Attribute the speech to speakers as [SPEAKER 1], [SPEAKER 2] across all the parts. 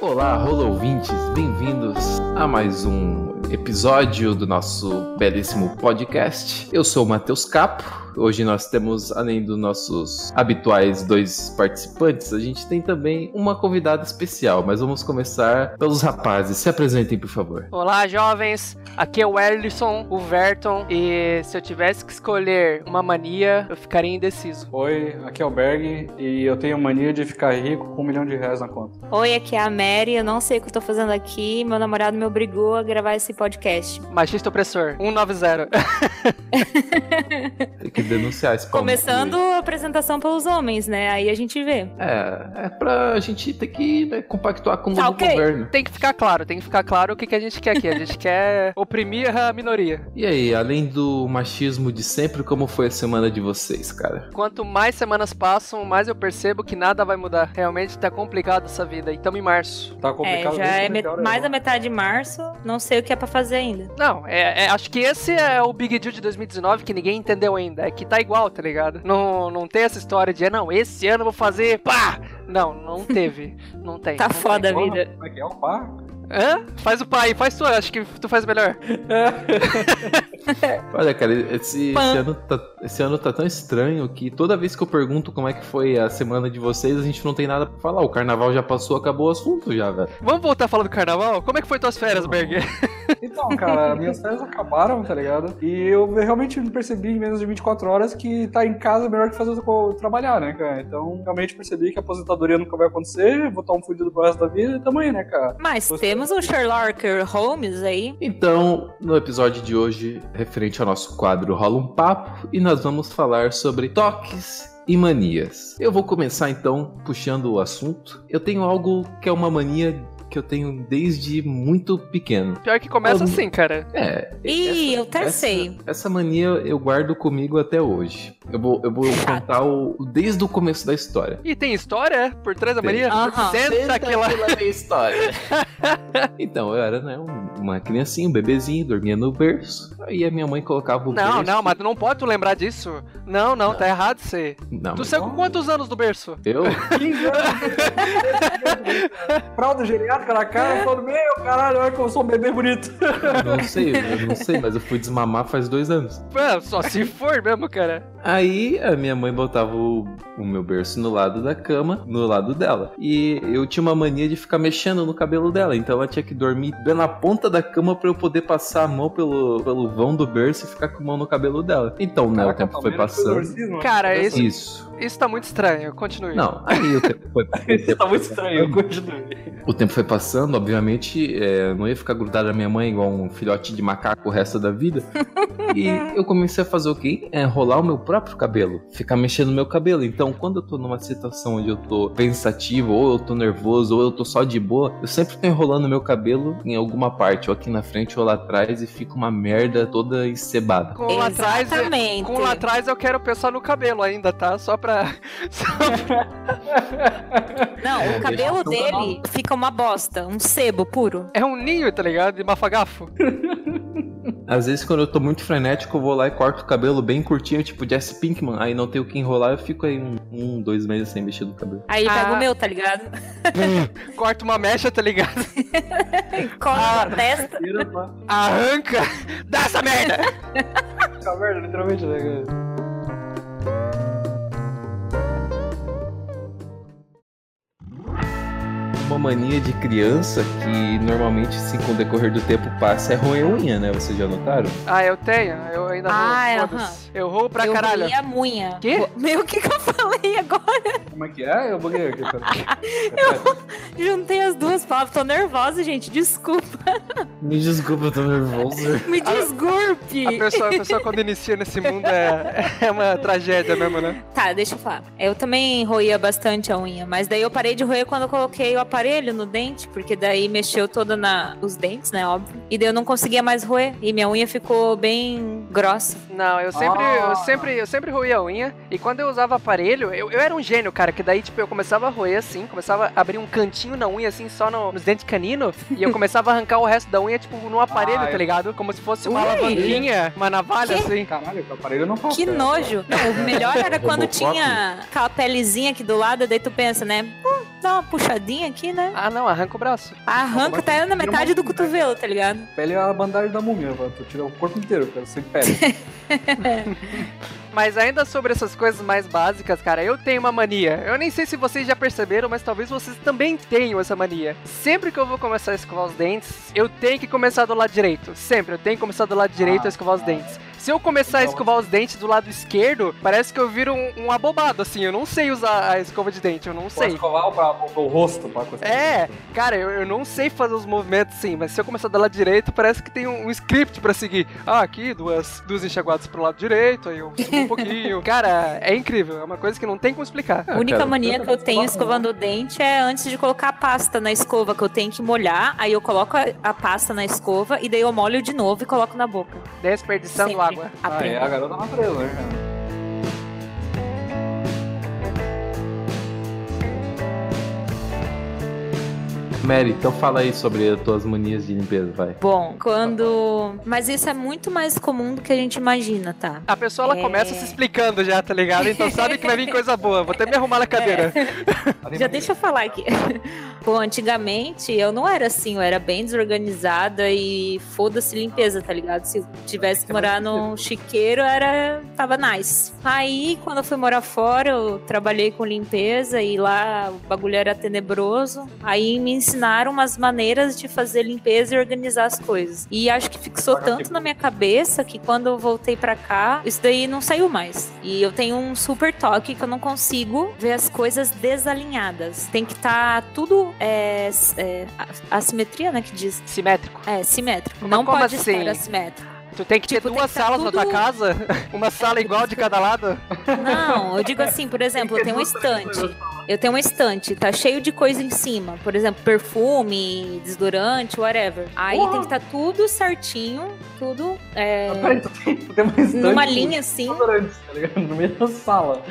[SPEAKER 1] Olá, rolouvintes, bem-vindos a mais um episódio do nosso belíssimo podcast. Eu sou o Matheus Capo. Hoje nós temos, além dos nossos habituais dois participantes, a gente tem também uma convidada especial, mas vamos começar pelos rapazes. Se apresentem, por favor.
[SPEAKER 2] Olá, jovens! Aqui é o Erlison, o Verton, e se eu tivesse que escolher uma mania, eu ficaria indeciso.
[SPEAKER 3] Oi, aqui é o Berg e eu tenho mania de ficar rico com um milhão de reais na conta.
[SPEAKER 4] Oi, aqui é a Mary. Eu não sei o que eu tô fazendo aqui. Meu namorado me obrigou a gravar esse podcast.
[SPEAKER 2] Machista opressor, 190.
[SPEAKER 1] Tem que denunciar esse palmo.
[SPEAKER 4] Começando a apresentação pelos homens, né? Aí a gente vê.
[SPEAKER 1] É, é pra gente ter que né, compactuar com o
[SPEAKER 4] Tá
[SPEAKER 1] novo
[SPEAKER 4] ok.
[SPEAKER 1] governo.
[SPEAKER 2] tem que ficar claro, tem que ficar claro o que, que a gente quer aqui. A gente quer oprimir a minoria.
[SPEAKER 1] E aí, além do machismo de sempre, como foi a semana de vocês, cara?
[SPEAKER 2] Quanto mais semanas passam, mais eu percebo que nada vai mudar. Realmente tá complicado essa vida. E tamo em março.
[SPEAKER 3] Tá
[SPEAKER 4] É,
[SPEAKER 3] complicado
[SPEAKER 4] já
[SPEAKER 3] desde
[SPEAKER 4] é
[SPEAKER 1] né,
[SPEAKER 3] o
[SPEAKER 4] me-
[SPEAKER 3] meteoro
[SPEAKER 4] mais
[SPEAKER 3] aí.
[SPEAKER 4] da metade de março. Não sei o que é pra fazer ainda.
[SPEAKER 2] Não, é, é- acho que esse é o Big Deal de 2019 que ninguém entendeu ainda. É que tá igual, tá ligado? Não, não tem essa história de, "Ah, não, esse ano eu vou fazer pá! Não, não teve. Não tem.
[SPEAKER 4] Tá
[SPEAKER 2] não tem.
[SPEAKER 4] foda a
[SPEAKER 3] Porra,
[SPEAKER 4] vida.
[SPEAKER 3] Como é que é o par?
[SPEAKER 2] Hã? Faz o pai, faz tu, acho que tu faz melhor.
[SPEAKER 1] Olha, cara, esse, esse
[SPEAKER 4] Pã.
[SPEAKER 1] ano tá, esse ano tá tão estranho que toda vez que eu pergunto como é que foi a semana de vocês, a gente não tem nada pra falar. O carnaval já passou, acabou o assunto já, velho.
[SPEAKER 2] Vamos voltar a falar do carnaval? Como é que foi tuas férias, Berg?
[SPEAKER 3] Então, cara, minhas férias acabaram, tá ligado? E eu realmente percebi em menos de 24 horas que tá em casa é melhor que fazer outra co- trabalhar, né, cara? Então, realmente percebi que a aposentadoria nunca vai acontecer, vou estar um fudido pro resto da vida e tamo aí, né, cara?
[SPEAKER 4] Mas
[SPEAKER 3] Você-
[SPEAKER 4] temos um Sherlock Holmes aí.
[SPEAKER 1] Então, no episódio de hoje, referente ao nosso quadro Rola um Papo, e nós vamos falar sobre toques e manias. Eu vou começar então puxando o assunto. Eu tenho algo que é uma mania que eu tenho desde muito pequeno.
[SPEAKER 2] Pior que começa
[SPEAKER 1] Eu-
[SPEAKER 2] assim, cara.
[SPEAKER 1] É.
[SPEAKER 4] Ih, eu até
[SPEAKER 1] essa-
[SPEAKER 4] sei.
[SPEAKER 1] Essa mania eu guardo comigo até hoje. Eu vou, eu vou contar o, desde o começo da história.
[SPEAKER 2] E tem história é? por trás da
[SPEAKER 1] Tem.
[SPEAKER 2] Maria?
[SPEAKER 4] Aham.
[SPEAKER 2] Senta aquela.
[SPEAKER 1] minha história. então, eu era, né, um- uma criancinha, um bebezinho, dormia no berço. Aí a minha mãe colocava o
[SPEAKER 2] Não,
[SPEAKER 1] berço.
[SPEAKER 2] não, mas tu não pode tu lembrar disso. Não, não, tá errado isso aí.
[SPEAKER 1] Não,
[SPEAKER 2] Tu
[SPEAKER 1] mas
[SPEAKER 2] saiu com quantos anos do berço?
[SPEAKER 1] eu?
[SPEAKER 3] 15 anos. né, Fralda geriátrica na cara, eu falo, meu caralho, olha que eu sou um bebê bonito.
[SPEAKER 1] Eu não sei, eu não sei, mas eu fui desmamar faz dois anos.
[SPEAKER 2] Pô, só se for mesmo, cara.
[SPEAKER 1] Aí a minha mãe botava o, o meu berço no lado da cama, no lado dela. E eu tinha uma mania de ficar mexendo no cabelo dela. Então ela tinha que dormir bem na ponta da cama pra eu poder passar a mão pelo, pelo vão do berço e ficar com a mão no cabelo dela. Então, né, o
[SPEAKER 3] Caraca, tá
[SPEAKER 1] tempo foi
[SPEAKER 3] Palmeiras com
[SPEAKER 1] passando.
[SPEAKER 3] exorcismo. né?
[SPEAKER 2] Cara, isso,
[SPEAKER 1] Isso.
[SPEAKER 2] isso tá muito estranho. Continue.
[SPEAKER 1] Não, aí o tempo foi
[SPEAKER 3] Isso tá muito estranho, continue.
[SPEAKER 1] O tempo foi passando, obviamente, é, não ia ficar grudado na minha mãe igual um filhote de macaco o resto da vida. e eu comecei a fazer o quê? É, enrolar o meu próprio cabelo, ficar mexendo no meu cabelo. Então, quando eu tô numa situação onde eu tô pensativo, ou eu tô nervoso, ou eu tô só de boa, eu sempre tô enrolando meu cabelo em alguma parte, ou aqui na frente ou lá atrás, e fica uma merda toda encebada.
[SPEAKER 2] Com lá um atrás. um
[SPEAKER 4] Exatamente.
[SPEAKER 2] Com lá atrás eu quero pensar no cabelo ainda, tá? Só pra. só-
[SPEAKER 4] Não,
[SPEAKER 1] É,
[SPEAKER 4] o cabelo
[SPEAKER 1] deixa eu
[SPEAKER 4] dele fica uma bosta, um sebo puro.
[SPEAKER 2] É um ninho, tá ligado? De mafagafo.
[SPEAKER 1] Às vezes, quando eu tô muito frenético, eu vou lá e corto o cabelo bem curtinho, tipo Jesse Pinkman, aí não tem o que enrolar, eu fico aí um, um dois meses sem mexer no cabelo.
[SPEAKER 4] Aí
[SPEAKER 2] Ah.
[SPEAKER 4] pega o meu, tá ligado?
[SPEAKER 2] Corta uma mecha, tá ligado?
[SPEAKER 4] Cola
[SPEAKER 2] Ah,
[SPEAKER 4] na testa.
[SPEAKER 3] Tira, pá.
[SPEAKER 2] Arranca! Dá essa merda!
[SPEAKER 3] Tá merda, literalmente, né, cara?
[SPEAKER 1] Uma mania de criança que normalmente, assim, com o decorrer do tempo passa é roer unha, né? Vocês já notaram?
[SPEAKER 2] Ah, eu tenho. Eu ainda
[SPEAKER 4] Ah,
[SPEAKER 2] não. foda-se. é, Eu roubo pra
[SPEAKER 4] eu
[SPEAKER 2] caralho.
[SPEAKER 4] roí a munha.
[SPEAKER 2] Quê?
[SPEAKER 4] Meu, o que que eu falei agora?
[SPEAKER 3] Como é que é? Eu buguei aqui, cara.
[SPEAKER 4] Juntei as duas palavras, tô nervosa, gente, desculpa.
[SPEAKER 1] Me desculpa, eu tô nervoso.
[SPEAKER 4] Me
[SPEAKER 2] A- A
[SPEAKER 4] desculpe!
[SPEAKER 2] pessoa, a pessoa quando inicia nesse mundo é, é uma tragédia mesmo, né?
[SPEAKER 4] Tá, deixa eu falar. Eu também roía bastante a unha, mas daí eu parei de roer quando eu coloquei o aparelho no dente, porque daí mexeu toda na os dentes, né, óbvio. E daí eu não conseguia mais roer e minha unha ficou bem grossa.
[SPEAKER 2] Não, eu sempre,
[SPEAKER 3] Ah.
[SPEAKER 2] eu sempre, eu sempre roía a unha. E quando eu usava aparelho, eu, eu era um gênio, cara, que daí, tipo, eu começava a roer assim, começava a abrir um cantinho na unha, assim, só no- nos dentes canino, e eu começava a arrancar o resto da unha, tipo, no aparelho,
[SPEAKER 3] Ai.
[SPEAKER 2] tá ligado? Como se fosse uma
[SPEAKER 4] Ah, Ui.
[SPEAKER 2] alavanquinha, uma navalha,
[SPEAKER 4] Que?
[SPEAKER 2] assim.
[SPEAKER 3] Caralho, o aparelho eu não faço.
[SPEAKER 4] Que
[SPEAKER 3] cara.
[SPEAKER 4] nojo. Não, o melhor era quando
[SPEAKER 1] Robocop?
[SPEAKER 4] tinha aquela pelezinha aqui do lado, daí tu pensa, né? Hum, dá uma puxadinha aqui, né?
[SPEAKER 2] Ah, não, arranca o braço.
[SPEAKER 4] Arranca até na metade do cotovelo, tá ligado?
[SPEAKER 3] Pele é a bandagem da múmia, mano. Tu tira o corpo inteiro, cara, sem pele.
[SPEAKER 2] Mas ainda sobre essas coisas mais básicas, cara, eu tenho uma mania. Eu nem sei se vocês já perceberam, mas talvez vocês também tenham essa mania. Sempre que eu vou começar a escovar os dentes, eu tenho que começar do lado direito. Sempre, eu tenho que começar do lado direito a escovar os dentes. Se eu começar a
[SPEAKER 3] Então-
[SPEAKER 2] escovar os dentes do lado esquerdo, parece que eu viro um, um abobado, assim. Eu não sei usar a escova de dente, eu não
[SPEAKER 3] Pode
[SPEAKER 2] sei.
[SPEAKER 3] escovar o, bra- o rosto pra coisa.
[SPEAKER 2] É, cara, eu, eu não sei fazer os movimentos sim, mas se eu começar do lado direito, parece que tem um, um script pra seguir. Ah, aqui, duas, duas enxaguadas pro lado direito, aí eu subo um pouquinho. Cara, é incrível, é uma coisa que não tem como explicar.
[SPEAKER 4] A única
[SPEAKER 1] cara,
[SPEAKER 4] mania que eu tenho
[SPEAKER 3] escovar
[SPEAKER 4] escovando o dente é antes de colocar a pasta na escova, que eu tenho que molhar, aí eu coloco a, a pasta na escova e daí eu molho de novo e coloco na boca.
[SPEAKER 2] Desperdiçando
[SPEAKER 4] Sempre.
[SPEAKER 2] água.
[SPEAKER 3] Ah, é
[SPEAKER 4] Aprendo.
[SPEAKER 3] a garota natureza, né, cara?
[SPEAKER 1] Mary, então fala aí sobre as tuas manias de limpeza, vai.
[SPEAKER 4] Bom, quando. Mas isso é muito mais comum do que a gente imagina, tá?
[SPEAKER 2] A pessoa ela
[SPEAKER 4] É.
[SPEAKER 2] começa se explicando já, tá ligado? Então sabe que vai vir coisa boa. Vou até me arrumar na cadeira.
[SPEAKER 4] É.
[SPEAKER 3] Tá
[SPEAKER 4] Já deixa eu falar aqui. Bom, antigamente eu não era assim, eu era bem desorganizada e foda-se limpeza, tá ligado? Se eu tivesse que morar num chiqueiro, era tava nice. Aí, quando eu fui morar fora, eu trabalhei com limpeza e lá o bagulho era tenebroso. Aí me ensinaram umas maneiras de fazer limpeza e organizar as coisas. E acho que fixou tanto na minha cabeça que quando eu voltei pra cá, isso daí não saiu mais. E eu tenho um super toque que eu não consigo ver as coisas desalinhadas. Tem que estar tudo é, s- é, a- assimetria, né? Que diz.
[SPEAKER 2] Simétrico.
[SPEAKER 4] É, simétrico.
[SPEAKER 2] Mas
[SPEAKER 4] Não
[SPEAKER 2] como
[SPEAKER 4] pode
[SPEAKER 2] assim?
[SPEAKER 4] estar assimétrico.
[SPEAKER 2] Tu tem que ter
[SPEAKER 4] Tipo, tem
[SPEAKER 2] duas
[SPEAKER 4] que tá
[SPEAKER 2] salas na tua
[SPEAKER 4] tudo-
[SPEAKER 2] casa, uma sala igual de cada lado.
[SPEAKER 4] Não, eu digo assim, por exemplo, eu tenho um estante. Eu tenho um estante, tá cheio de coisa em cima. Por exemplo, perfume, desodorante, whatever. Aí
[SPEAKER 3] Porra!
[SPEAKER 4] tem que estar tudo certinho, tudo é,
[SPEAKER 3] Peraí, tu tem, tu tem uma estante
[SPEAKER 4] numa
[SPEAKER 3] com
[SPEAKER 4] linha assim.
[SPEAKER 3] desodorantes, tá ligado? No meio da sala.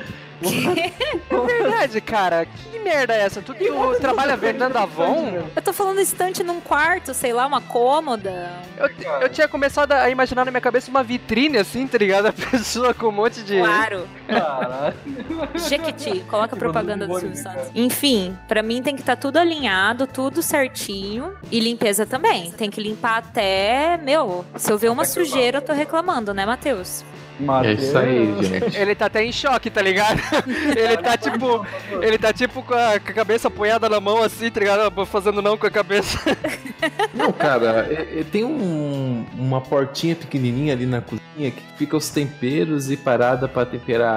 [SPEAKER 2] É verdade, cara. Que merda é essa? Tu, tu trabalha vendendo Avon?
[SPEAKER 4] Eu tô falando estante num quarto, sei lá, uma cômoda.
[SPEAKER 2] Eu, eu tinha começado a imaginar na minha cabeça uma vitrine assim, tá ligado? A pessoa com um monte
[SPEAKER 3] É.
[SPEAKER 2] de.
[SPEAKER 4] Claro.
[SPEAKER 3] Caralho.
[SPEAKER 4] Jequiti, coloca a
[SPEAKER 3] Que
[SPEAKER 4] propaganda do
[SPEAKER 3] bagulho
[SPEAKER 4] Silvio
[SPEAKER 3] bom, né,
[SPEAKER 4] Santos.
[SPEAKER 3] cara?
[SPEAKER 4] Enfim, pra mim tem que estar tudo alinhado, tudo certinho. E limpeza também. Tem que limpar até. Meu, se eu ver uma
[SPEAKER 3] Até É que eu
[SPEAKER 4] sujeira, eu tô reclamando, né, Matheus?
[SPEAKER 1] É isso aí, gente.
[SPEAKER 2] Ele tá até em choque, tá ligado? Ele tá tipo. Ele tá tipo com a, com a cabeça apoiada na mão assim, tá ligado? Fazendo não com a cabeça.
[SPEAKER 1] Não, cara, é- é- tem um- uma portinha pequenininha ali na cozinha que fica os temperos e parada pra temperar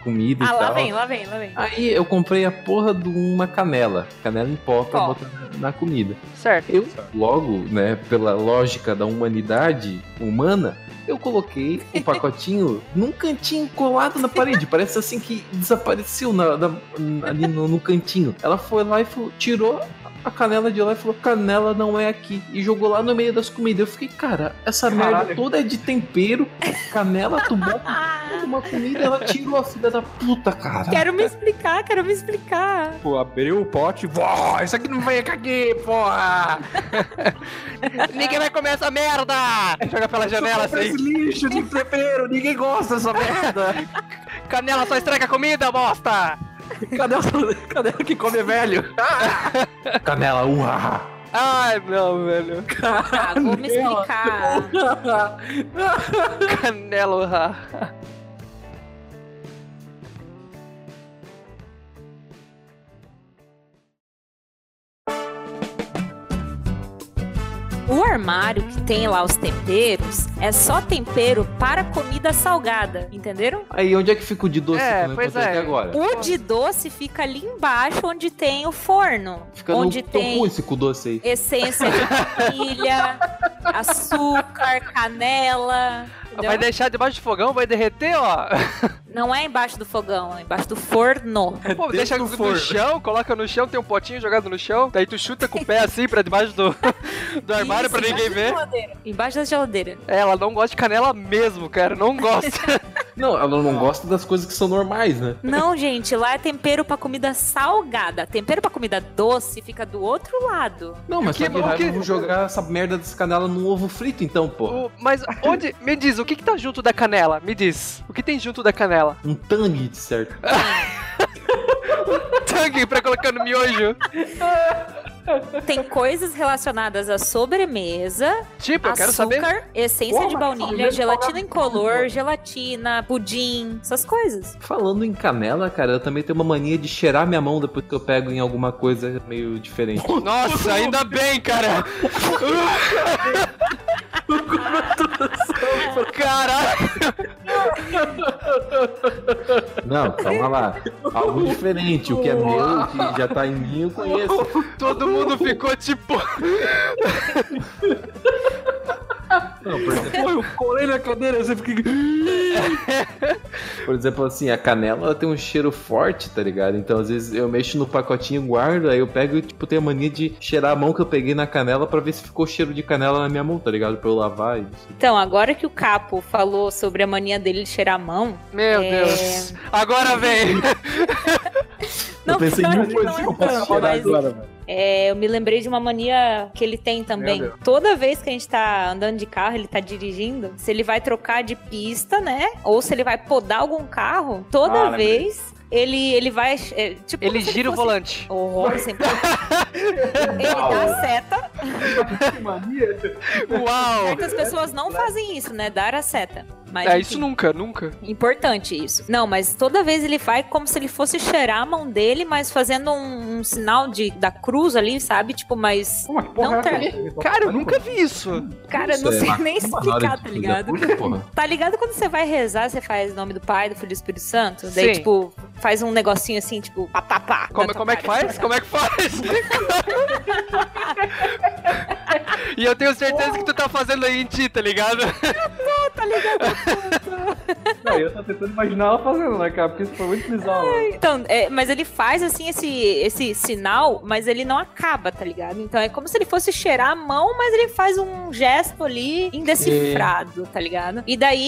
[SPEAKER 1] a comida e
[SPEAKER 4] Ah,
[SPEAKER 1] tal.
[SPEAKER 4] lá vem, lá vem, lá vem.
[SPEAKER 1] Aí eu comprei a porra de uma canela, canela em pó pra
[SPEAKER 4] Ó.
[SPEAKER 1] botar na- na comida.
[SPEAKER 2] Certo.
[SPEAKER 1] Eu, logo, né, pela lógica da humanidade humana, eu coloquei o pacotinho num cantinho colado na parede. Parece assim que desapareceu na- na- ali no, no cantinho. Ela foi lá e falou- tirou a canela de lá e falou: canela não é aqui. E jogou lá no meio das comidas. Eu fiquei, cara, essa merda
[SPEAKER 3] Caralho.
[SPEAKER 1] toda é de tempero. Canela, tu bota
[SPEAKER 4] Ah,
[SPEAKER 1] uma comida, ela tirou a filha da puta, cara.
[SPEAKER 4] quero me explicar, quero me explicar.
[SPEAKER 3] Tipo, abriu o pote. Vó, isso aqui não vai aqui, porra!
[SPEAKER 2] Ninguém vai comer essa merda! Joga pela janela assim.
[SPEAKER 3] lixo de tempero, ninguém gosta dessa merda.
[SPEAKER 2] Canela só estraga a comida, bosta!
[SPEAKER 1] Cadê, o, cadê o que come velho? Canela,
[SPEAKER 3] um, ah,
[SPEAKER 1] urra!
[SPEAKER 2] Ai, não, velho.
[SPEAKER 4] Ah, vou me explicar.
[SPEAKER 2] Canela. ah.
[SPEAKER 4] O armário que tem lá os temperos é só tempero para comida salgada, entenderam?
[SPEAKER 1] Aí onde é que fica o de doce
[SPEAKER 2] É,
[SPEAKER 1] que eu não
[SPEAKER 2] pois
[SPEAKER 1] encontrei
[SPEAKER 2] é.
[SPEAKER 1] até agora?
[SPEAKER 4] O de doce fica ali embaixo onde tem o forno,
[SPEAKER 2] Um
[SPEAKER 1] Fica
[SPEAKER 4] onde
[SPEAKER 1] no teu
[SPEAKER 4] tem
[SPEAKER 1] cu esse cu doce aí.
[SPEAKER 4] essência de baunilha, açúcar, canela. entendeu?
[SPEAKER 2] Vai deixar debaixo do fogão, vai derreter, ó.
[SPEAKER 4] Não é embaixo do fogão, é embaixo do forno.
[SPEAKER 2] Pô,
[SPEAKER 1] dentro
[SPEAKER 2] deixa
[SPEAKER 1] do
[SPEAKER 2] no
[SPEAKER 1] forno.
[SPEAKER 2] chão, coloca no chão, tem um potinho jogado no chão. Daí tu chuta com o pé assim pra debaixo do, do armário
[SPEAKER 4] Isso,
[SPEAKER 2] pra ninguém
[SPEAKER 4] embaixo da
[SPEAKER 2] ver.
[SPEAKER 4] geladeira. Embaixo da geladeira.
[SPEAKER 2] É, ela não gosta de canela mesmo, cara. Não gosta.
[SPEAKER 1] Não, ela
[SPEAKER 2] Ah.
[SPEAKER 1] não gosta das coisas que são normais, né?
[SPEAKER 4] Não, gente, lá é tempero pra comida salgada. Tempero pra comida doce fica do outro lado.
[SPEAKER 1] Não, mas
[SPEAKER 2] Que
[SPEAKER 1] que sabe
[SPEAKER 2] bom
[SPEAKER 1] raiva,
[SPEAKER 2] que-
[SPEAKER 1] vamos jogar essa merda dessa canela num ovo frito então, pô.
[SPEAKER 2] O- mas onde. Me diz, o que, que tá junto da canela? Me diz. O que tem junto da canela?
[SPEAKER 1] Um tangue, de certo.
[SPEAKER 2] Tangue pra colocar no miojo.
[SPEAKER 4] Tem coisas relacionadas à sobremesa,
[SPEAKER 2] Tipo, eu quero saber.
[SPEAKER 4] açúcar, essência
[SPEAKER 3] Porra,
[SPEAKER 4] de
[SPEAKER 3] mas
[SPEAKER 4] baunilha,
[SPEAKER 3] sobremesa
[SPEAKER 4] gelatina
[SPEAKER 3] salgada.
[SPEAKER 4] incolor, gelatina, pudim, essas coisas.
[SPEAKER 1] Falando em canela, cara, eu também tenho uma mania de cheirar minha mão depois que eu pego em alguma coisa meio diferente.
[SPEAKER 2] Nossa, ainda bem, cara. Caraca.
[SPEAKER 1] Não, calma lá. Algo diferente. O que é meu, o que já tá em mim, eu conheço.
[SPEAKER 2] Todo mundo ficou tipo.
[SPEAKER 1] Não, por, exemplo,
[SPEAKER 3] Pô, eu colei na cadeira, você fica.
[SPEAKER 1] por exemplo, assim, a canela ela tem um cheiro forte, tá ligado? Então, às vezes, eu mexo no pacotinho, guardo, aí eu pego e, tipo, tenho a mania de cheirar a mão que eu peguei na canela pra ver se ficou cheiro de canela na minha mão, tá ligado? Pra eu lavar e isso.
[SPEAKER 4] Então, agora que o Capo falou sobre a mania dele de cheirar a mão,
[SPEAKER 2] Meu
[SPEAKER 4] É.
[SPEAKER 2] Deus. Agora vem.
[SPEAKER 4] Não,
[SPEAKER 1] eu pensei em
[SPEAKER 4] não,
[SPEAKER 1] mil
[SPEAKER 4] não
[SPEAKER 1] coisas
[SPEAKER 4] é
[SPEAKER 1] que eu posso
[SPEAKER 4] tanto,
[SPEAKER 1] cheirar
[SPEAKER 4] mas-
[SPEAKER 1] agora, velho.
[SPEAKER 4] é, eu me lembrei de uma mania que ele tem também.
[SPEAKER 3] Meu
[SPEAKER 4] Toda vez que a gente tá andando de carro, ele tá dirigindo, se ele vai trocar de pista, né? Ou se ele vai podar algum carro, toda
[SPEAKER 3] Ah, lembrei.
[SPEAKER 4] vez ele, ele vai. é, tipo,
[SPEAKER 2] Ele
[SPEAKER 4] como se
[SPEAKER 2] gira o
[SPEAKER 4] fosse-
[SPEAKER 2] volante.
[SPEAKER 4] Horror, sempre. ele dá a seta.
[SPEAKER 3] Que mania.
[SPEAKER 2] Uau.
[SPEAKER 4] Certas pessoas não fazem isso, né? Dar a seta. Mas,
[SPEAKER 2] É,
[SPEAKER 4] enfim,
[SPEAKER 2] isso nunca, nunca.
[SPEAKER 4] Importante isso. Não, mas toda vez ele vai como se ele fosse cheirar a mão dele, mas fazendo um, um sinal de, da cruz ali, sabe? Tipo, mas.
[SPEAKER 3] Pô, mas que porra
[SPEAKER 4] Não tá
[SPEAKER 3] é essa?
[SPEAKER 4] tem.
[SPEAKER 2] Cara, eu nunca vi isso.
[SPEAKER 4] Cara, não
[SPEAKER 1] Sei
[SPEAKER 4] sei
[SPEAKER 1] lá,
[SPEAKER 4] nem
[SPEAKER 1] Na hora
[SPEAKER 4] explicar,
[SPEAKER 1] de
[SPEAKER 4] tá
[SPEAKER 1] fazer a
[SPEAKER 4] ligado?
[SPEAKER 1] curva, porra.
[SPEAKER 4] Tá ligado quando você vai rezar, você faz em nome do Pai, do Filho e do Espírito Santo? Daí,
[SPEAKER 2] Sim.
[SPEAKER 4] tipo, faz um negocinho assim, tipo, pá, pá, pá. tá,
[SPEAKER 2] Como,
[SPEAKER 4] na tua
[SPEAKER 2] como é que
[SPEAKER 4] cara.
[SPEAKER 2] faz? Como é que faz? e eu tenho certeza que tu tá fazendo aí em ti, tá ligado?
[SPEAKER 4] Tá ligado?
[SPEAKER 3] Não, eu tô tentando imaginar ela fazendo, né, cara? Porque isso foi muito bizarro. né?
[SPEAKER 4] Então, é, mas ele faz, assim, esse, esse sinal, mas ele não acaba, tá ligado? Então, é como se ele fosse cheirar a mão, mas ele faz um gesto ali indecifrado, tá ligado? E daí,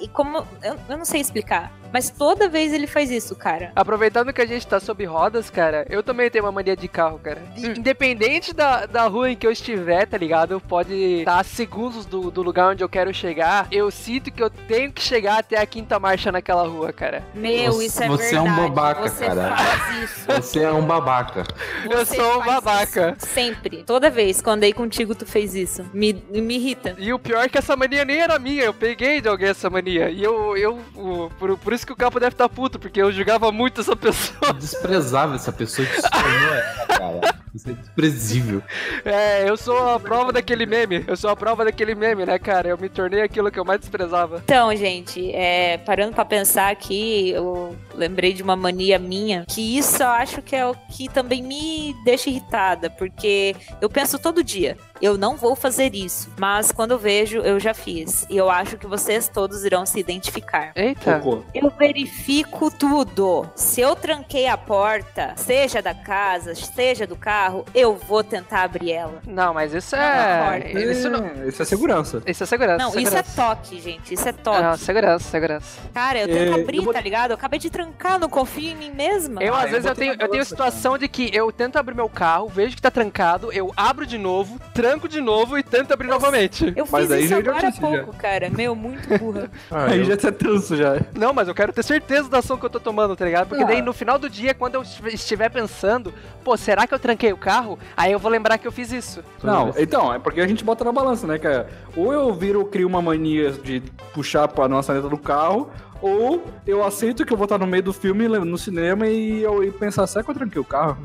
[SPEAKER 4] e- e como... Eu, eu não sei explicar, mas toda vez ele faz isso, cara.
[SPEAKER 2] Aproveitando que a gente tá sob rodas, cara, eu também tenho uma mania de carro, cara. Independente da, da rua em que eu estiver, tá ligado? Pode estar a segundos do, do lugar onde eu quero chegar. Eu sinto que eu tenho que chegar até a quinta marcha naquela rua, cara.
[SPEAKER 4] Meu,
[SPEAKER 1] Você-
[SPEAKER 4] isso é
[SPEAKER 1] você é um
[SPEAKER 4] verdade.
[SPEAKER 1] babaca,
[SPEAKER 4] você
[SPEAKER 1] cara.
[SPEAKER 4] faz isso.
[SPEAKER 1] Você é um babaca.
[SPEAKER 2] Eu
[SPEAKER 4] Você
[SPEAKER 2] sou um
[SPEAKER 4] faz
[SPEAKER 2] babaca.
[SPEAKER 4] isso Sempre. Toda vez que eu andei contigo, tu fez isso. Me, me irrita.
[SPEAKER 2] E o pior é que essa mania nem era minha, eu peguei de alguém essa mania. E eu. eu o- por, por isso que o capo deve estar puto, porque eu julgava muito essa pessoa.
[SPEAKER 1] Desprezável essa pessoa que se tornou ela, cara. Isso é desprezível.
[SPEAKER 2] É, eu sou a prova daquele meme. Eu sou a prova daquele meme, né, cara? Eu me tornei aquilo que eu mais desprezava.
[SPEAKER 4] Então, gente, é, parando pra pensar aqui, eu lembrei de uma mania minha, que isso eu acho que é o que também me deixa irritada, porque eu penso todo dia, eu não vou fazer isso, mas quando eu vejo, eu já fiz. E eu acho que vocês todos irão se identificar.
[SPEAKER 2] Eita.
[SPEAKER 1] Cocô.
[SPEAKER 4] Eu verifico tudo. Se eu tranquei a porta, seja da casa, seja do carro, eu vou tentar abrir ela.
[SPEAKER 2] Não, mas isso
[SPEAKER 4] é-
[SPEAKER 2] é. Isso não.
[SPEAKER 3] Isso é segurança.
[SPEAKER 2] Isso é segurança.
[SPEAKER 4] Não, isso é toque, gente. Isso é toque.
[SPEAKER 2] Não, segurança, segurança.
[SPEAKER 4] Cara, eu
[SPEAKER 3] É,
[SPEAKER 4] tento
[SPEAKER 3] eu
[SPEAKER 4] abrir,
[SPEAKER 3] vou-
[SPEAKER 4] tá ligado? Eu acabei de trancar, não confio em mim mesma.
[SPEAKER 2] Eu, às
[SPEAKER 3] eu
[SPEAKER 2] vezes,
[SPEAKER 3] vou
[SPEAKER 2] eu tenho,
[SPEAKER 3] tentar
[SPEAKER 2] eu tenho
[SPEAKER 3] balançar,
[SPEAKER 2] situação de que eu tento abrir meu carro, vejo que tá trancado, eu abro de novo, tranco de novo e tento abrir novamente.
[SPEAKER 4] Eu
[SPEAKER 3] Mas
[SPEAKER 4] fiz
[SPEAKER 3] aí
[SPEAKER 4] isso
[SPEAKER 3] já é de
[SPEAKER 4] agora há
[SPEAKER 3] notícia, já.
[SPEAKER 4] pouco, cara. Meu, muito burra.
[SPEAKER 3] Aí já tá tenso já.
[SPEAKER 2] Não, mas eu quero ter certeza da ação que eu tô tomando, tá ligado? Porque daí no final do dia, quando eu estiv- estiver pensando, pô, será que eu tranquei o carro? Aí eu vou lembrar que eu fiz isso.
[SPEAKER 3] Não, então, é porque a gente bota na balança, né, cara? Ou eu viro, crio uma mania de puxar pra nossa neta do carro, Ou eu aceito que eu vou estar no meio do filme, no cinema, e eu e pensar, será que eu tranquei o carro?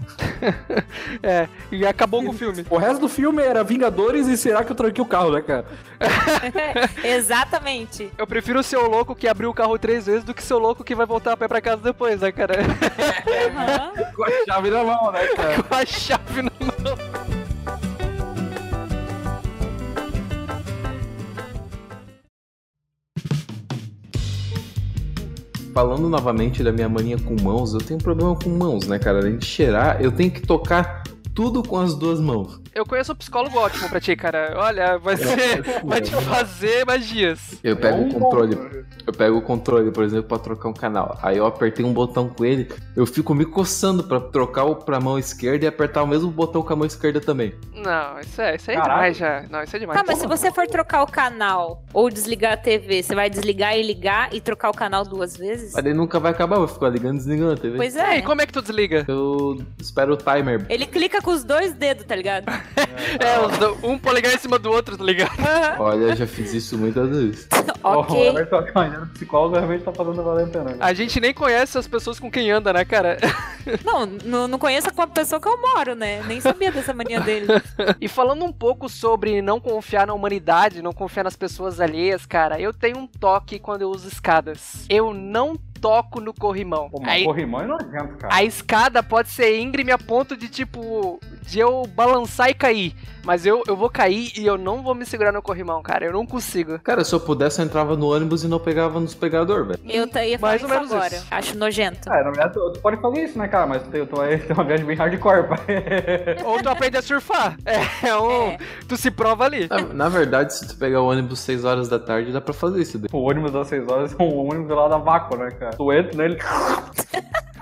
[SPEAKER 2] É, e acabou com o filme.
[SPEAKER 3] O resto do filme era Vingadores e será que eu tranquei o carro, né, cara?
[SPEAKER 4] Exatamente.
[SPEAKER 2] Eu prefiro ser o louco que abriu o carro três vezes do que ser o louco que vai voltar a pé pra casa depois, né, cara?
[SPEAKER 4] Aham.
[SPEAKER 3] Com a chave na mão, né, cara?
[SPEAKER 2] com a chave na mão.
[SPEAKER 1] Falando novamente da minha mania com mãos, eu tenho problema com mãos, né, cara? Além de cheirar, eu tenho que tocar tudo com as duas mãos.
[SPEAKER 2] Eu conheço um psicólogo ótimo pra ti, cara. Olha, vai ser. Vai te fazer magias.
[SPEAKER 1] Eu pego
[SPEAKER 3] É um
[SPEAKER 1] o controle,
[SPEAKER 3] bom, cara.
[SPEAKER 1] eu pego o controle, por exemplo, pra trocar um canal. Aí eu apertei um botão com ele, eu fico me coçando pra trocar o pra mão esquerda e apertar o mesmo botão com a mão esquerda também.
[SPEAKER 2] Não, isso é, isso é
[SPEAKER 3] Caralho.
[SPEAKER 2] demais já. Não, isso é demais.
[SPEAKER 4] Tá, mas se você for trocar o canal ou desligar a TV, você vai desligar e ligar e trocar o canal duas vezes?
[SPEAKER 1] Mas ele nunca vai acabar, eu vou ficar ligando e desligando a TV.
[SPEAKER 4] Pois
[SPEAKER 2] É,
[SPEAKER 4] é.
[SPEAKER 2] e como é que tu desliga?
[SPEAKER 1] Eu espero o timer.
[SPEAKER 4] Ele clica com os dois dedos, tá ligado?
[SPEAKER 2] É, os do- um polegar em cima do outro, tá ligado?
[SPEAKER 1] Olha, eu já fiz isso muitas vezes.
[SPEAKER 3] O
[SPEAKER 4] ok.
[SPEAKER 3] Roberto Acanha, psicólogo, realmente tá fazendo valer a pena. né?
[SPEAKER 2] A gente nem conhece as pessoas com quem anda, né, cara?
[SPEAKER 4] Não, não, não conheço com a pessoa que eu moro, né? Nem sabia dessa mania dele.
[SPEAKER 2] E falando um pouco sobre não confiar na humanidade, não confiar nas pessoas alheias, cara, eu tenho um toque quando eu uso escadas. Eu não toco no corrimão.
[SPEAKER 3] Pô, mas
[SPEAKER 2] Aí-
[SPEAKER 3] corrimão é nojento, cara.
[SPEAKER 2] a escada pode ser íngreme a ponto de, tipo, de eu balançar e cair. Mas eu, eu vou cair e eu não vou me segurar no corrimão, cara. Eu não consigo.
[SPEAKER 1] Cara, se eu pudesse, eu entrava no ônibus e não pegava nos pegador, velho.
[SPEAKER 4] Eu tá ia falar
[SPEAKER 2] Mais
[SPEAKER 4] isso
[SPEAKER 2] ou menos
[SPEAKER 4] agora.
[SPEAKER 2] isso.
[SPEAKER 4] Acho nojento.
[SPEAKER 3] Ah, na verdade, tu, tu pode fazer isso, né, cara? Mas tu, tu vai ter uma viagem bem hardcore, pai.
[SPEAKER 2] Ou tu aprende a surfar. É, um,
[SPEAKER 4] É.
[SPEAKER 2] tu se prova ali.
[SPEAKER 1] Na, na verdade, se tu pegar o ônibus 6 horas da tarde, dá pra fazer isso. daí.
[SPEAKER 3] O ônibus das 6 horas é um ônibus lá da vácuo, né, cara? Tu entra nele,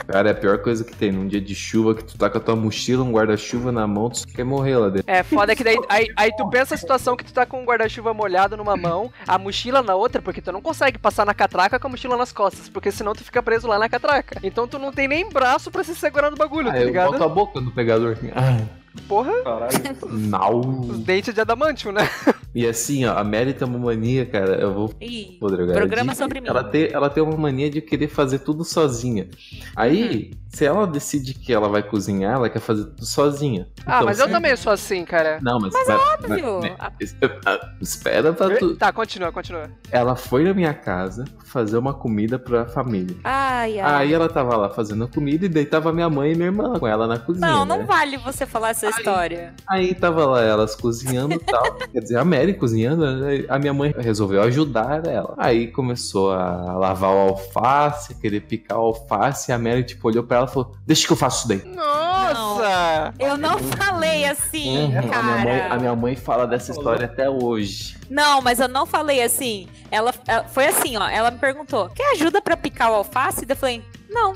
[SPEAKER 1] Cara, é a pior coisa que tem. Num dia de chuva, que tu tá com a tua mochila, um guarda-chuva na mão, tu só quer morrer lá dentro.
[SPEAKER 2] É, foda que daí. Aí, aí tu pensa a situação que tu tá com o guarda-chuva molhado numa mão, a mochila na outra, porque tu não consegue passar na catraca com a mochila nas costas, porque senão tu fica preso lá na catraca. Então tu não tem nem braço pra se segurar no bagulho,
[SPEAKER 1] Ah,
[SPEAKER 2] tá
[SPEAKER 1] eu
[SPEAKER 2] ligado?
[SPEAKER 1] boto a boca no pegador. assim, Ah,
[SPEAKER 2] Porra,
[SPEAKER 3] caralho.
[SPEAKER 2] os
[SPEAKER 1] não.
[SPEAKER 2] dentes de adamantium, né?
[SPEAKER 1] E assim, ó, a Mary tem uma mania, cara. Eu vou
[SPEAKER 4] Ih,
[SPEAKER 1] Rodrigo, cara,
[SPEAKER 4] programa
[SPEAKER 1] de-
[SPEAKER 4] sobre mim.
[SPEAKER 1] É, Ela tem, ela tem uma mania de querer fazer tudo sozinha. Aí, se ela decide que ela vai cozinhar, ela quer fazer tudo sozinha.
[SPEAKER 2] Ah,
[SPEAKER 1] Então,
[SPEAKER 2] mas eu
[SPEAKER 1] se-
[SPEAKER 2] também sou assim, cara.
[SPEAKER 1] Não, mas. vai-
[SPEAKER 4] óbvio.
[SPEAKER 1] vai- né, es- ah, Espera pra tu.
[SPEAKER 2] Tá, continua, continua.
[SPEAKER 1] Ela foi na minha casa fazer uma comida pra família.
[SPEAKER 4] Ai, ai.
[SPEAKER 1] Aí ela tava lá fazendo a comida e daí tava minha mãe e minha irmã com ela na cozinha.
[SPEAKER 4] Não,
[SPEAKER 1] né?
[SPEAKER 4] não vale você falar essa história.
[SPEAKER 1] Aí tava lá elas cozinhando e tal. Quer dizer, a Mary cozinhando, né? a minha mãe resolveu ajudar ela. Aí começou a lavar o alface, querer picar o alface, e a Mary tipo olhou pra ela e falou: Deixa que eu faço isso daí.
[SPEAKER 2] Nossa!
[SPEAKER 4] Eu não falei assim,
[SPEAKER 1] Uhum,
[SPEAKER 4] cara.
[SPEAKER 1] a, minha mãe, a minha mãe fala dessa história até hoje.
[SPEAKER 4] Não, mas eu não falei assim. Ela, ela- foi assim, ó. Ela me perguntou: "Quer ajuda pra picar o alface?" Daí Eu falei: "Não,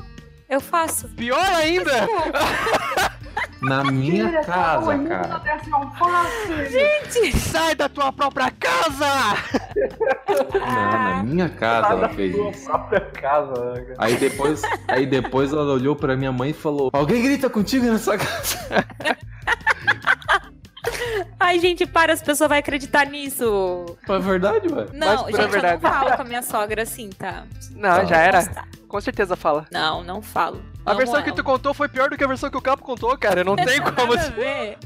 [SPEAKER 4] eu faço".
[SPEAKER 2] Pior ainda!
[SPEAKER 1] Na minha
[SPEAKER 4] tá
[SPEAKER 1] casa, cara.
[SPEAKER 4] Gente,
[SPEAKER 2] Sai da tua própria casa!
[SPEAKER 1] Não, na minha casa ela fez isso.
[SPEAKER 3] Tua própria casa, né, cara?
[SPEAKER 1] Aí depois, aí depois ela olhou pra minha mãe e falou: Alguém grita contigo nessa casa.
[SPEAKER 4] ai gente, para as pessoas vai acreditar nisso.
[SPEAKER 1] É verdade, velho.
[SPEAKER 4] Não,
[SPEAKER 2] pura
[SPEAKER 4] gente,
[SPEAKER 2] verdade.
[SPEAKER 4] eu não falo com a minha sogra assim, tá?
[SPEAKER 2] Não,
[SPEAKER 1] Tá.
[SPEAKER 2] já era. Com certeza fala.
[SPEAKER 4] Não, não falo.
[SPEAKER 2] A
[SPEAKER 4] Amo
[SPEAKER 2] versão que
[SPEAKER 4] ela.
[SPEAKER 2] tu contou foi pior do que a versão que o Capo contou, cara. Não tem como.
[SPEAKER 4] Nada a ver.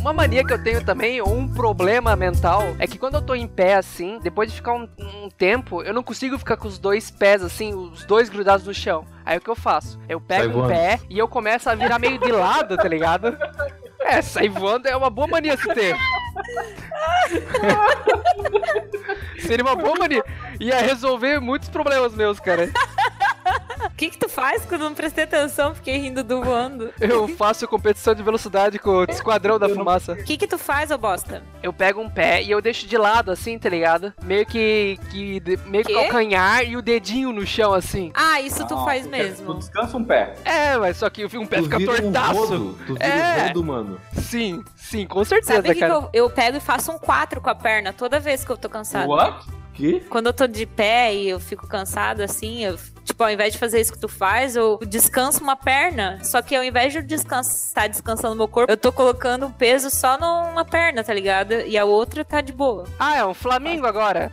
[SPEAKER 2] Uma mania que eu tenho também, ou um problema mental, é que quando eu tô em pé assim, depois de ficar um, um tempo, eu não consigo ficar com os dois pés assim, os dois grudados no chão. Aí o que eu faço? Eu
[SPEAKER 1] Sai
[SPEAKER 2] pego um
[SPEAKER 1] voando.
[SPEAKER 2] pé e eu começo a virar meio de lado, tá ligado? É, sair voando é uma boa mania se ter. Seria uma boa mania. Ia resolver muitos problemas meus, cara.
[SPEAKER 4] O que que tu faz quando eu não prestei atenção? Fiquei rindo do voando.
[SPEAKER 2] Eu faço competição de velocidade com o esquadrão da fumaça.
[SPEAKER 4] O que que tu faz, ô bosta?
[SPEAKER 2] Eu pego um pé e eu deixo de lado, assim, tá ligado? Meio que. que de- meio que
[SPEAKER 4] Quê?
[SPEAKER 2] calcanhar e o dedinho no chão, assim.
[SPEAKER 4] Ah, isso tu
[SPEAKER 3] Não,
[SPEAKER 4] faz
[SPEAKER 3] tu- Tu
[SPEAKER 4] mesmo.
[SPEAKER 3] descansa um pé.
[SPEAKER 2] É, mas só que um pé fica tortaço.
[SPEAKER 1] rodo, tu vira
[SPEAKER 2] É.
[SPEAKER 1] um rodo, mano.
[SPEAKER 2] sim, sim, com certeza,
[SPEAKER 4] Sabe o que, que
[SPEAKER 2] cara.
[SPEAKER 4] eu, eu pego e faço um 4 com a perna toda vez que eu tô cansada?
[SPEAKER 3] What?
[SPEAKER 1] Que?
[SPEAKER 4] Quando eu tô de pé e eu fico cansada assim, eu, tipo, Tipo, ao invés de fazer isso que tu faz, eu descanso uma perna. Só que ao invés de eu descanso, estar descansando meu corpo, eu tô colocando um peso só numa perna, tá ligado? E a outra tá de boa.
[SPEAKER 2] Ah, é um Flamingo agora.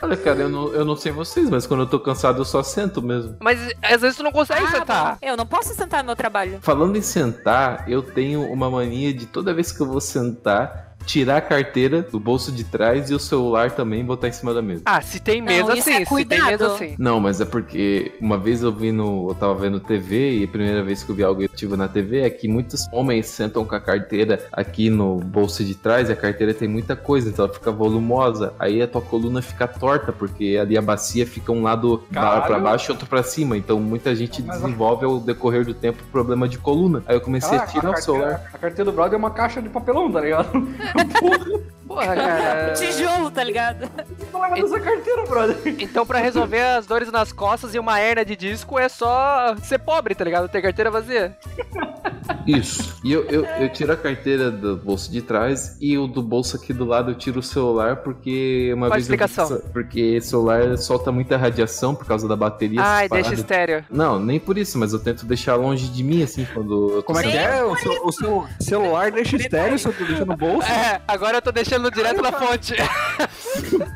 [SPEAKER 1] Olha, cara, eu não, eu não sei vocês, mas quando eu tô cansado eu só sento mesmo.
[SPEAKER 2] Mas às vezes tu não consegue
[SPEAKER 4] Ah,
[SPEAKER 2] sentar.
[SPEAKER 4] bom, Eu não posso sentar no meu trabalho.
[SPEAKER 1] Falando em sentar, eu tenho uma mania de toda vez que eu vou sentar, tirar a carteira do bolso de trás e o celular também botar em cima da mesa.
[SPEAKER 2] Ah, se tem mesa
[SPEAKER 4] Não, isso
[SPEAKER 2] sim,
[SPEAKER 4] é
[SPEAKER 2] se tem mesa
[SPEAKER 4] cuidado.
[SPEAKER 2] sim.
[SPEAKER 1] Não, mas é porque uma vez eu vi no. Eu tava vendo TV e a primeira vez que eu vi algo ativo na TV é que muitos homens sentam com a carteira aqui no bolso de trás e a carteira tem muita coisa, então ela fica volumosa. Aí a tua coluna fica torta, porque ali a bacia fica um lado ba-
[SPEAKER 3] Caralho.
[SPEAKER 1] pra baixo e outro pra cima. Então muita gente
[SPEAKER 3] Mas a-
[SPEAKER 1] desenvolve ao decorrer do tempo problema de coluna. Aí eu comecei a
[SPEAKER 3] Caraca,
[SPEAKER 1] tirar o celular.
[SPEAKER 3] carteira- a carteira do brother é uma caixa de papelão, tá ligado?
[SPEAKER 2] Porra, cara.
[SPEAKER 4] Tijolo, tá ligado?
[SPEAKER 3] Não
[SPEAKER 4] É.
[SPEAKER 3] leva dessa carteira, brother.
[SPEAKER 2] Então, pra resolver as dores nas costas e uma hernia de disco, é só ser pobre, tá ligado? Ter carteira vazia.
[SPEAKER 1] Isso. E eu, eu, eu tiro a carteira do bolso de trás e o do bolso aqui do lado eu tiro o celular porque uma
[SPEAKER 2] Qual a
[SPEAKER 1] vez eu vi
[SPEAKER 2] explicação?
[SPEAKER 1] que ce- porque celular solta muita radiação por causa da bateria. essas
[SPEAKER 2] Ai, Ah, deixa
[SPEAKER 1] paradas.
[SPEAKER 2] estéreo.
[SPEAKER 1] Não, nem por isso, mas eu tento deixar longe de mim assim quando eu tô
[SPEAKER 3] Como é que
[SPEAKER 1] sentado.
[SPEAKER 3] é? O seu, o seu celular deixa estéreo, se tu deixa no bolso.
[SPEAKER 2] É, agora eu tô deixando direto na fonte.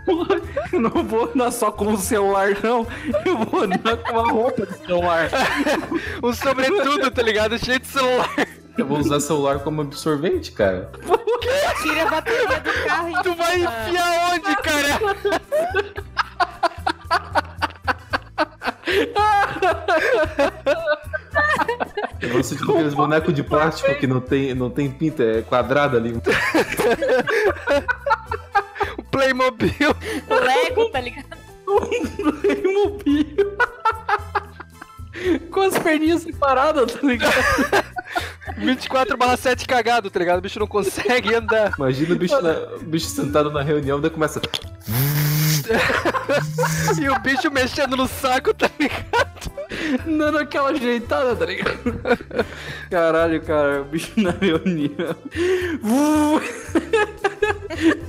[SPEAKER 3] Porra, eu não vou andar só com o celular, não. Eu vou andar com a roupa do celular.
[SPEAKER 2] Um sobretudo, tá ligado? Cheio de celular.
[SPEAKER 1] Eu vou usar celular como absorvente, cara.
[SPEAKER 4] Tira a bateria do carro e
[SPEAKER 2] Tu vai enfiar onde, cara?
[SPEAKER 1] Eu vou sentir aqueles bonecos de plástico que não tem, não tem pinta, é quadrado ali.
[SPEAKER 2] O Playmobil.
[SPEAKER 4] o Lego, tá ligado?
[SPEAKER 3] Playmobil. com as perninhas separadas, tá ligado?
[SPEAKER 2] 24 barra 7 cagado, tá ligado? O bicho não consegue andar.
[SPEAKER 1] Imagina o bicho, na- o bicho sentado na reunião, daí começa.
[SPEAKER 2] E o bicho mexendo no saco, tá ligado?
[SPEAKER 3] Dando aquela ajeitada, tá ligado? Caralho, cara, o bicho na reunião. Uh!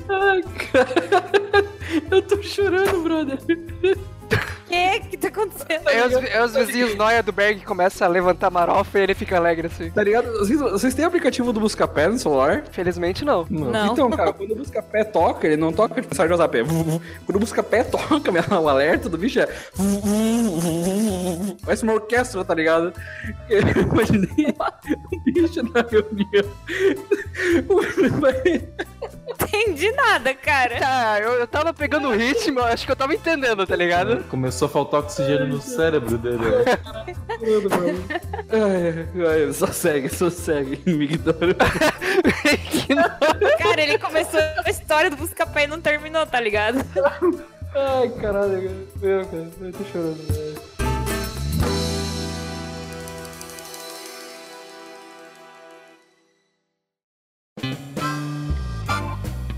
[SPEAKER 3] Ai, cara. Eu tô chorando, brother.
[SPEAKER 4] O que que tá acontecendo?
[SPEAKER 2] Aí É os, aí os vizinhos noia do Berg começam a levantar marofa e ele fica alegre assim.
[SPEAKER 3] Tá ligado? Vocês, vocês têm aplicativo do Buscapé no celular?
[SPEAKER 2] Felizmente não.
[SPEAKER 4] Não.
[SPEAKER 3] Então, cara, quando o busca-pé toca, ele não toca tipo mensagem de WhatsApp. é vu, vu. Quando o busca-pé toca, meu, o alerta do bicho é. vu, vu, vu, vu, vu. Parece uma orquestra, tá ligado? Eu imaginei o bicho na reunião.
[SPEAKER 4] Não entendi nada, cara.
[SPEAKER 2] Tá, eu, eu tava pegando o ritmo, eu acho que eu tava entendendo, tá ligado?
[SPEAKER 1] Começou a faltar oxigênio no cérebro dele. né?
[SPEAKER 3] Ai, ai, só segue, só segue, me ignora.
[SPEAKER 4] Cara, ele começou a história do Buscapé e não terminou, tá ligado?
[SPEAKER 3] Ai, caralho, cara. meu, cara, eu tô chorando, velho.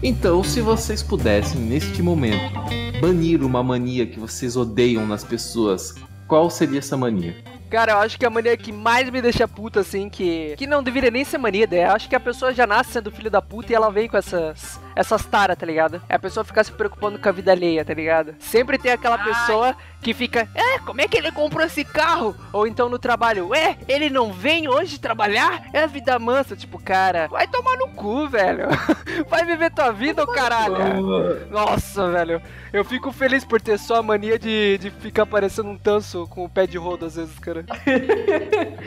[SPEAKER 1] Então, se vocês pudessem, neste momento, banir uma mania que vocês odeiam nas pessoas, qual seria essa mania?
[SPEAKER 2] Cara, eu acho que a mania que mais me deixa puta, assim, que. Que não deveria nem ser mania, né? Eu acho que a pessoa já nasce sendo filho da puta e ela vem com essas. Essas taras, tá ligado? É a pessoa ficar se preocupando com a vida alheia, tá ligado? Sempre tem aquela pessoa que fica. É, como é que ele comprou esse carro? Ou então no trabalho. Ué, ele não vem hoje trabalhar? É a vida mansa. Tipo, cara, vai tomar no cu, velho. Vai viver tua vida, ô caralho. Nossa, velho. Eu fico feliz por ter só a mania de, de ficar parecendo um tanso com o pé de rodo às vezes, cara.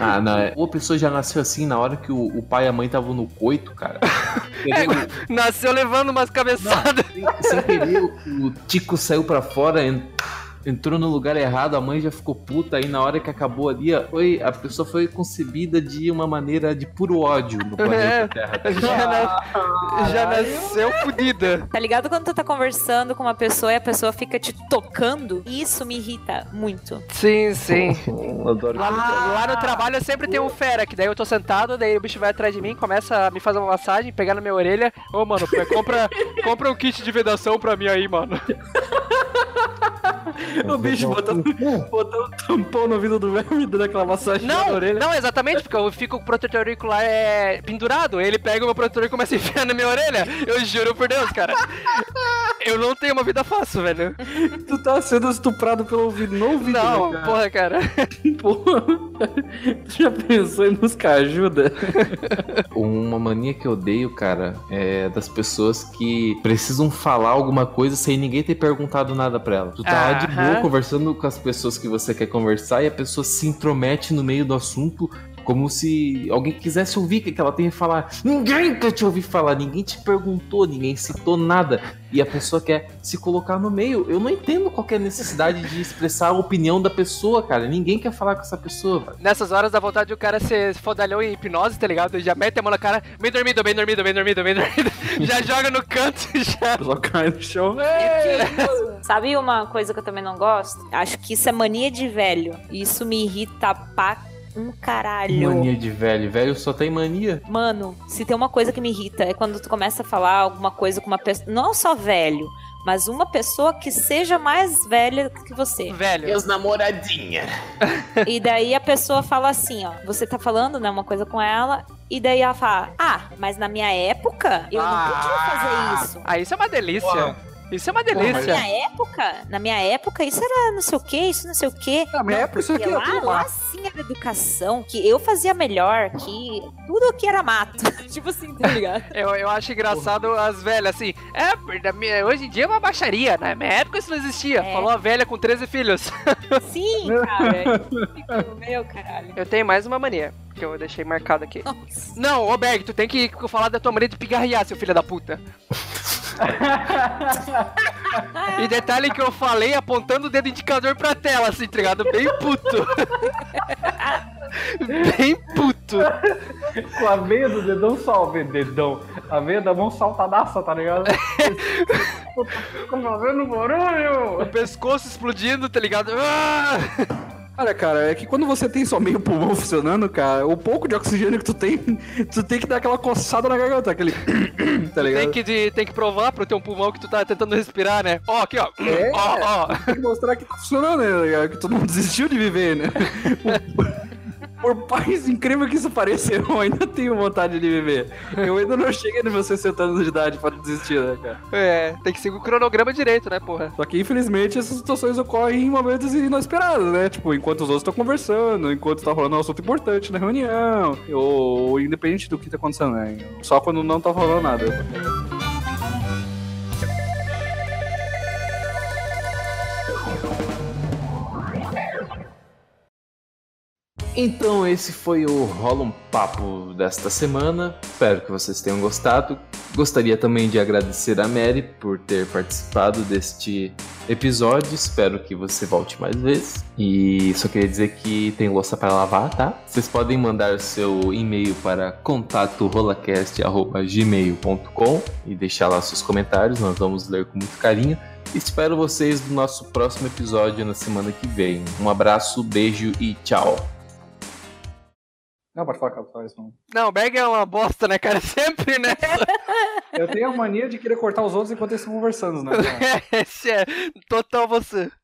[SPEAKER 1] Ah, não. é- Ou a pessoa já nasceu assim na hora que o, o pai e a mãe estavam no coito, cara.
[SPEAKER 2] Nasceu levando umas cabeçadas.
[SPEAKER 1] Sem, sem querer, o, o Tico saiu pra fora, en- entrou no lugar errado, a mãe já ficou puta, aí na hora que acabou ali, ó, foi, a pessoa foi concebida de uma maneira de puro ódio no planeta
[SPEAKER 2] É.
[SPEAKER 1] Terra.
[SPEAKER 2] Já, na- já nasceu fodida.
[SPEAKER 4] Tá ligado quando tu tá conversando com uma pessoa e a pessoa fica te tocando? Isso me irrita muito.
[SPEAKER 2] Sim, sim.
[SPEAKER 1] Eu Adoro.
[SPEAKER 2] Lá no, lá no trabalho eu sempre tenho um fera, que daí eu tô sentado, daí o bicho vai atrás de mim, começa a me fazer uma massagem, pegar na minha orelha. Ô, mano, pô, compra, compra um kit de vedação pra mim aí, mano.
[SPEAKER 3] O bicho botando, botando um tampão na vida do velho e dando aquela massagem na
[SPEAKER 2] Não,
[SPEAKER 3] orelha.
[SPEAKER 2] não, exatamente, porque eu fico com o protetor auricular é, pendurado. Ele pega o meu protetor e começa a enfiar na minha orelha. Eu juro por Deus, cara. Eu não tenho uma vida fácil, velho.
[SPEAKER 3] Tu tá sendo estuprado pelo ouvido no ouvido,
[SPEAKER 2] Não,
[SPEAKER 3] né, cara?
[SPEAKER 2] porra, cara.
[SPEAKER 3] Porra. Tu já pensou em buscar ajuda?
[SPEAKER 1] Uma mania que eu odeio, cara, é das pessoas que precisam falar alguma coisa sem ninguém ter perguntado nada pra ela. Tu tá lá de
[SPEAKER 2] Aham.
[SPEAKER 1] boa conversando com as pessoas que você quer conversar e a pessoa se intromete no meio do assunto. Como se alguém quisesse ouvir o que que ela tem a falar. Ninguém quer te ouvir falar, ninguém te perguntou, ninguém citou nada. E a pessoa quer se colocar no meio. Eu não entendo qual que é a necessidade de expressar a opinião da pessoa, cara. Ninguém quer falar com essa pessoa. velho.
[SPEAKER 2] Nessas horas dá vontade de o cara ser fodalhão em hipnose, tá ligado? Ele Já mete a mão na cara, bem dormido, bem dormido, bem dormido, bem dormido. Já joga no canto e já.
[SPEAKER 3] Colocar no chão.
[SPEAKER 4] É Sabe uma coisa que eu também não gosto? Acho que isso é mania de velho. Isso me irrita pra um caralho.
[SPEAKER 1] Mania de velho. Velho só tem mania.
[SPEAKER 4] Mano, se tem uma coisa que me irrita é quando tu começa a falar alguma coisa com uma pessoa, não só velho, mas uma pessoa que seja mais velha que você.
[SPEAKER 2] Velho.
[SPEAKER 5] Meus namoradinha.
[SPEAKER 4] E daí a pessoa fala assim, ó, você tá falando, né, uma coisa com ela, e daí ela fala: "Ah, mas na minha época eu não podia fazer isso".
[SPEAKER 2] Ah, isso é uma delícia.
[SPEAKER 5] Uau.
[SPEAKER 2] Isso é uma
[SPEAKER 4] Na
[SPEAKER 2] delícia.
[SPEAKER 4] minha época, na minha época, isso era não sei o que, isso não sei o que.
[SPEAKER 3] Na minha época, é isso aqui era
[SPEAKER 4] lá,
[SPEAKER 3] tudo
[SPEAKER 4] "Ah, lá
[SPEAKER 3] mato.
[SPEAKER 4] sim era educação, que eu fazia melhor, que tudo aqui era mato. tipo assim, tá ligado?
[SPEAKER 2] Eu, eu acho engraçado as velhas assim. É, por- na minha- hoje em dia é uma baixaria, né? Na minha época isso não existia.
[SPEAKER 4] É.
[SPEAKER 2] Falou a velha com 13 filhos.
[SPEAKER 4] sim, cara. Fica no meu caralho.
[SPEAKER 2] Eu tenho mais uma mania que eu deixei marcado aqui.
[SPEAKER 4] Nossa.
[SPEAKER 2] Não, ô Berg, tu tem que falar da tua mania de pigarrear, seu filho da puta. e detalhe que eu falei apontando o dedo indicador pra tela, assim, tá ligado? Bem puto. Bem puto.
[SPEAKER 3] Com a veia do dedão salve, dedão. A veia da mão saltadaça, tá ligado? Tô fazendo barulho!
[SPEAKER 2] O pescoço explodindo, tá ligado? Ah!
[SPEAKER 3] Olha, cara, é que quando você tem só meio pulmão funcionando, cara, o pouco de oxigênio que tu tem, tu tem que dar aquela coçada na garganta, aquele. tá ligado?
[SPEAKER 2] Tem que, de- tem que provar pro teu pulmão que tu tá tentando respirar, né? Ó, aqui, ó.
[SPEAKER 3] É.
[SPEAKER 2] Ó, ó.
[SPEAKER 3] Tem que mostrar que tá funcionando, né? tá ligado? Que tu não desistiu de viver, né? Por, por mais incrível que isso pareça, eu ainda tenho vontade de viver. Eu ainda não cheguei nos meus 60 anos de idade pra desistir, né, cara?
[SPEAKER 2] É, tem que seguir o cronograma direito, né, porra?
[SPEAKER 3] Só que, infelizmente, essas situações ocorrem em momentos inesperados, né? Tipo, enquanto os outros estão conversando, enquanto tá rolando um assunto importante na reunião, ou independente do que tá acontecendo, né? Só quando não tá rolando nada.
[SPEAKER 1] Então esse foi o Rola um Papo desta semana. Espero que vocês tenham gostado. Gostaria também de agradecer a Mary por ter participado deste episódio. Espero que você volte mais vezes. E só queria dizer que tem louça para lavar, tá? Vocês podem mandar seu e-mail para contatorolacast@gmail.com e deixar lá seus comentários. Nós vamos ler com muito carinho. Espero vocês no nosso próximo episódio na semana que vem. Um abraço, beijo e tchau.
[SPEAKER 3] Não, pode falar, cara, fala isso não.
[SPEAKER 2] Não, o Berg é uma bosta, né, cara? Sempre, né?
[SPEAKER 3] Eu tenho a mania de querer cortar os outros enquanto eles estão conversando, né? cara?
[SPEAKER 2] Esse é total você.